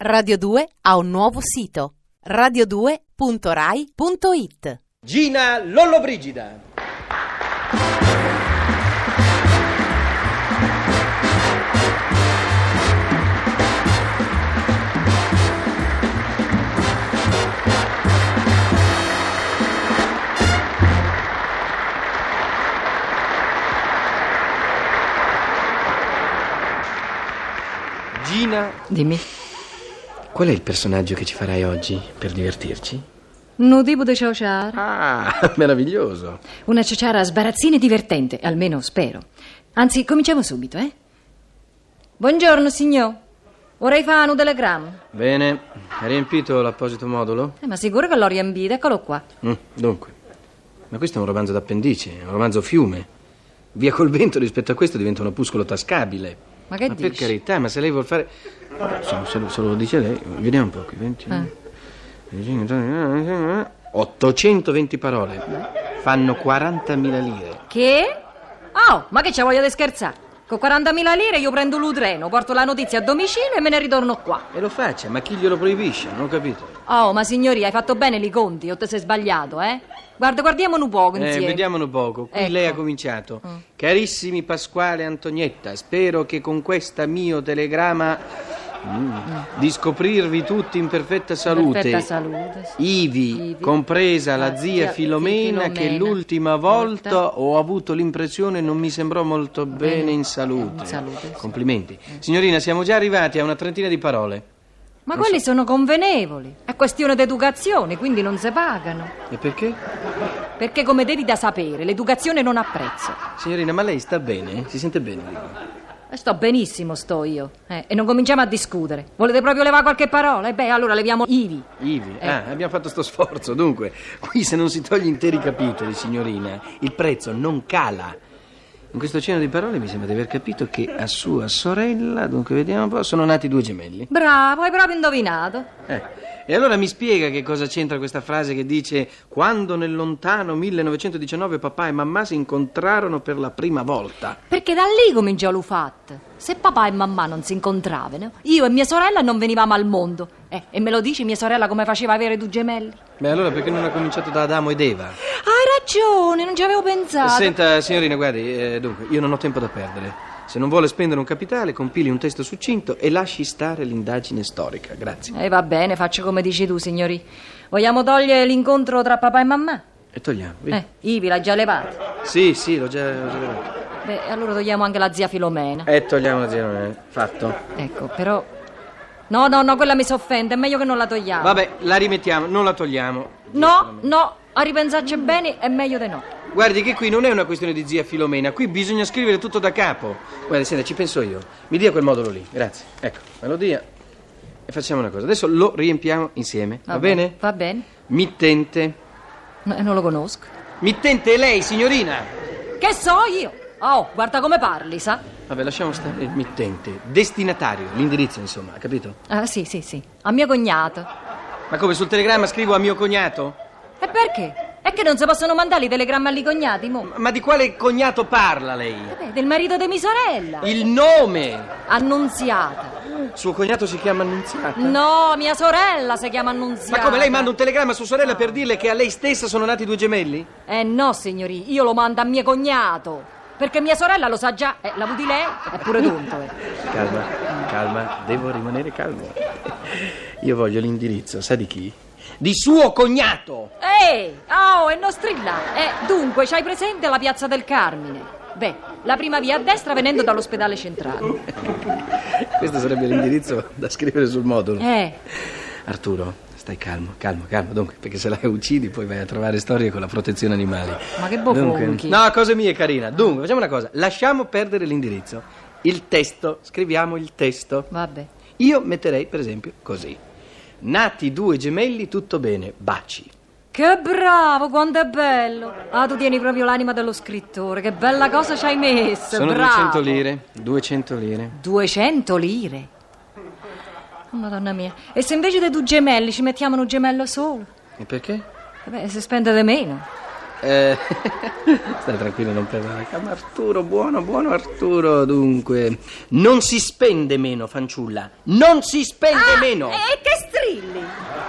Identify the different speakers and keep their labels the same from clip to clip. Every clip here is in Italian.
Speaker 1: Radio 2 ha un nuovo sito radio2.rai.it.
Speaker 2: Gina Lollobrigida. Gina,
Speaker 3: Dimmi,
Speaker 2: qual è il personaggio che ci farai oggi per divertirci?
Speaker 3: non devo de ciociara.
Speaker 2: Ah, meraviglioso.
Speaker 3: Una ciociara sbarazzina e divertente, almeno spero. Anzi, cominciamo subito, eh? Buongiorno, signor. Vorrei fare un telegramma.
Speaker 2: Bene, hai riempito l'apposito modulo?
Speaker 3: Eh, ma sicuro che l'ho riambito, eccolo qua.
Speaker 2: Mm, dunque, ma questo è un romanzo d'appendice, è un romanzo fiume. Via col vento rispetto a questo diventa un opuscolo tascabile.
Speaker 3: Ma che
Speaker 2: ma per
Speaker 3: dici?
Speaker 2: carità, ma se lei vuol fare... Insomma, se, lo- se lo dice lei, vediamo un po' qui. 20...
Speaker 3: Ah.
Speaker 2: 820 parole, fanno 40.000 lire.
Speaker 3: Che? Oh, ma che c'è voglia di scherzare? Con 40.000 lire io prendo l'utreno, porto la notizia a domicilio e me ne ritorno qua.
Speaker 2: E lo faccia, ma chi glielo proibisce? Non ho capito.
Speaker 3: Oh, ma signoria, hai fatto bene i conti, o te sei sbagliato, eh? Guarda, guardiamo un poco
Speaker 2: Eh,
Speaker 3: insieme.
Speaker 2: vediamolo poco. Qui
Speaker 3: Ecco.
Speaker 2: lei ha cominciato. Carissimi Pasquale e Antonietta, spero che con questa mio telegramma mm, di scoprirvi tutti in perfetta salute.
Speaker 3: Perfetta salute, sì.
Speaker 2: Ivi,
Speaker 3: Ivi,
Speaker 2: compresa la
Speaker 3: la
Speaker 2: zia
Speaker 3: zia
Speaker 2: Filomena,
Speaker 3: Filomena,
Speaker 2: che l'ultima volta,
Speaker 3: volta-
Speaker 2: ho avuto l'impressione non mi sembrò molto bene,
Speaker 3: Bene,
Speaker 2: in salute.
Speaker 3: in salute, sì.
Speaker 2: Complimenti. Signorina, siamo già arrivati a una trentina di parole.
Speaker 3: Ma quelli sono convenevoli. È questione d'educazione, quindi non si pagano.
Speaker 2: E perché?
Speaker 3: Perché come devi da sapere, l'educazione non ha prezzo.
Speaker 2: Signorina, ma lei sta bene? Si sente bene? dico?
Speaker 3: E Sto benissimo, sto io. Eh, e non cominciamo a discutere. Volete proprio levare qualche parola? E beh, allora leviamo Ivi.
Speaker 2: Ivi,
Speaker 3: Eh.
Speaker 2: ah, abbiamo fatto sto sforzo. Dunque, qui se non si toglie interi capitoli, signorina, il prezzo non cala. In questo cenno di parole mi sembra di aver capito che a sua sorella, dunque vediamo un po', sono nati due gemelli.
Speaker 3: Bravo, hai proprio indovinato.
Speaker 2: Eh, E allora mi spiega che cosa c'entra questa frase che dice quando nel lontano 1919 papà e mamma si incontrarono per la prima volta.
Speaker 3: Perché da lì cominciò l'UFAT. Se papà e mamma non si incontravano, io e mia sorella non venivamo al mondo. Eh, e me lo dici mia sorella come faceva a avere due gemelli?
Speaker 2: Beh, allora perché non ha cominciato da Adamo ed Eva?
Speaker 3: Hai ragione, non ci avevo pensato.
Speaker 2: Eh, Senta, signorina, guardi, eh, dunque, io non ho tempo da perdere. Se non vuole spendere un capitale, compili un testo succinto e lasci stare l'indagine storica. Grazie.
Speaker 3: E Eh, va bene, faccio come dici tu, signori. Vogliamo togliere l'incontro tra papà e mamma?
Speaker 2: E togliamo. via.
Speaker 3: Eh, Ivi l'ha già levato.
Speaker 2: Sì, sì, l'ho già, l'ho già levato.
Speaker 3: Beh, allora togliamo anche la zia Filomena.
Speaker 2: E Eh, togliamo la signorina. Fatto.
Speaker 3: Ecco, però. No, no, no, quella mi si offende, è meglio che non la togliamo.
Speaker 2: Vabbè, la rimettiamo, non la togliamo.
Speaker 3: No, no, a ripensarci bene è meglio di no.
Speaker 2: Guardi che qui non è una questione di zia Filomena, qui bisogna scrivere tutto da capo. Guardi, senta, ci penso io. Mi dia quel modulo lì, grazie. Ecco, me lo dia. E facciamo una cosa, adesso lo riempiamo insieme, va,
Speaker 3: bene?
Speaker 2: bene?
Speaker 3: Va bene.
Speaker 2: Mittente.
Speaker 3: No, eh, non lo conosco.
Speaker 2: Mittente è lei, signorina!
Speaker 3: Che so io? Oh, guarda come parli, sa?
Speaker 2: Vabbè, lasciamo stare il mittente. Destinatario, l'indirizzo, insomma, ha capito?
Speaker 3: Ah, sì, sì, sì. A mio cognato.
Speaker 2: Ma come sul telegramma scrivo a mio cognato?
Speaker 3: E perché? È che non si possono mandare i telegrammi agli cognati, mo?
Speaker 2: Ma di quale cognato parla lei?
Speaker 3: Vabbè, del marito di mia sorella.
Speaker 2: Il nome!
Speaker 3: Annunziata.
Speaker 2: Suo cognato si chiama Annunziata?
Speaker 3: No, mia sorella si chiama Annunziata.
Speaker 2: Ma come lei manda un telegramma a sua sorella per dirle che a lei stessa sono nati due gemelli?
Speaker 3: Eh no, signori, io lo mando a mio cognato. Perché mia sorella lo sa già, eh, la vuol di lei è pure tonto. eh.
Speaker 2: Calma, calma, devo rimanere calmo. Io voglio l'indirizzo, sa di chi? Di suo cognato!
Speaker 3: Ehi, oh, e non strilla. Eh, dunque, c'hai presente la piazza del Carmine? Beh, la prima via a destra venendo dall'ospedale centrale.
Speaker 2: Questo sarebbe l'indirizzo da scrivere sul modulo.
Speaker 3: Eh,
Speaker 2: Arturo, stai calmo, calmo, calmo. Dunque, perché se la uccidi poi vai a trovare storie con la protezione animale.
Speaker 3: Ma che bofonchi.
Speaker 2: No, cose mie, carina. Dunque, facciamo una cosa: lasciamo perdere l'indirizzo. Il testo, scriviamo il testo.
Speaker 3: vabbè.
Speaker 2: Io metterei, per esempio, così: Nati due gemelli, tutto bene, baci.
Speaker 3: Che bravo, quanto è bello. Ah, tu tieni proprio l'anima dello scrittore, che bella cosa ci hai messo,
Speaker 2: Sono
Speaker 3: bravo.
Speaker 2: 200 lire. 200 lire.
Speaker 3: 200 lire. Oh, Madonna mia. E se invece dei due gemelli ci mettiamo un gemello solo?
Speaker 2: E perché?
Speaker 3: Eh Beh, si spende di meno.
Speaker 2: Eh, stai tranquillo, non perdere la calma. Arturo, buono, buono Arturo. Dunque, non si spende meno, fanciulla. Non si spende
Speaker 3: Ah,
Speaker 2: meno.
Speaker 3: E che strilli!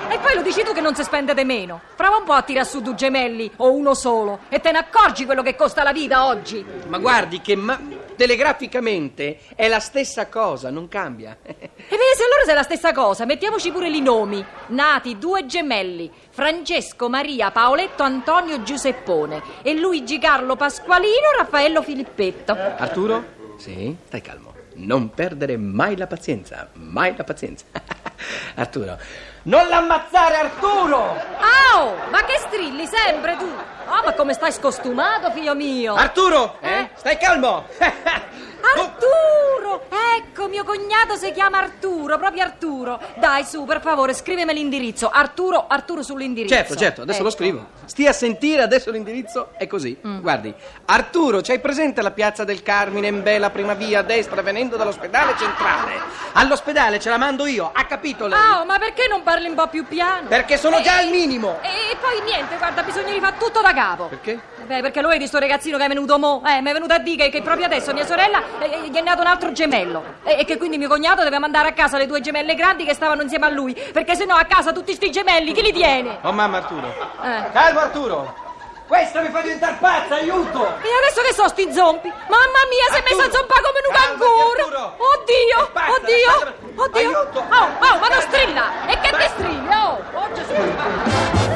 Speaker 3: E poi lo dici tu che non si spende di meno. Prova un po' a tirar su due gemelli o uno solo e te ne accorgi quello che costa la vita oggi.
Speaker 2: Ma guardi che ma- telegraficamente è la stessa cosa, non cambia.
Speaker 3: E vedi se allora se è la stessa cosa, mettiamoci pure i nomi. Nati due gemelli, Francesco Maria Paoletto Antonio Giuseppone e Luigi Carlo Pasqualino Raffaello Filippetto.
Speaker 2: Arturo? Sì, stai calmo. Non perdere mai la pazienza, mai la pazienza. Arturo, non l'ammazzare Arturo!
Speaker 3: Au! Ma che strilli sempre tu! Oh, ma come stai scostumato, figlio mio!
Speaker 2: Arturo, eh?
Speaker 3: Eh?
Speaker 2: Stai calmo! Oh!
Speaker 3: Arturo! Ecco, mio cognato si chiama Arturo, proprio Arturo. Dai, su, per favore, scrivimi l'indirizzo. Arturo, Arturo sull'indirizzo.
Speaker 2: Certo, certo, adesso lo
Speaker 3: Ecco. Mm.
Speaker 2: scrivo. Stia a sentire, adesso l'indirizzo è così. Guardi, Arturo, c'hai presente la piazza del Carmine in Bella Prima Via a destra venendo dall'ospedale centrale? All'ospedale ce la mando io, ha capito lei?
Speaker 3: Au, ma perché non parli un po' più piano?
Speaker 2: Perché sono già al minimo!
Speaker 3: E, e poi niente, guarda, bisogna rifare tutto da capo.
Speaker 2: Perché?
Speaker 3: Beh, perché lo vedi sto ragazzino che è venuto mo? Eh, mi è venuto a dire che, che proprio adesso mia sorella eh, eh, gli è nato un altro gemello. E, e che quindi mio cognato deve mandare a casa le due gemelle grandi che stavano insieme a lui. Perché sennò a casa tutti sti gemelli, chi li tiene?
Speaker 2: Oh mamma Arturo,
Speaker 3: Eh.
Speaker 2: Calmo Arturo! Questa mi fa diventare pazza, aiuto!
Speaker 3: E adesso che so sti zompi? Mamma mia, si è messa a
Speaker 2: Arturo,
Speaker 3: zompare come un
Speaker 2: calmati,
Speaker 3: canguro!
Speaker 2: Arturo.
Speaker 3: Oddio!
Speaker 2: È pazza,
Speaker 3: Oddio!
Speaker 2: lasciatela-
Speaker 3: Oddio!
Speaker 2: Aiuto.
Speaker 3: Oh, oh, ma non strilla! E che ti strilli? Oh, oh Gesù!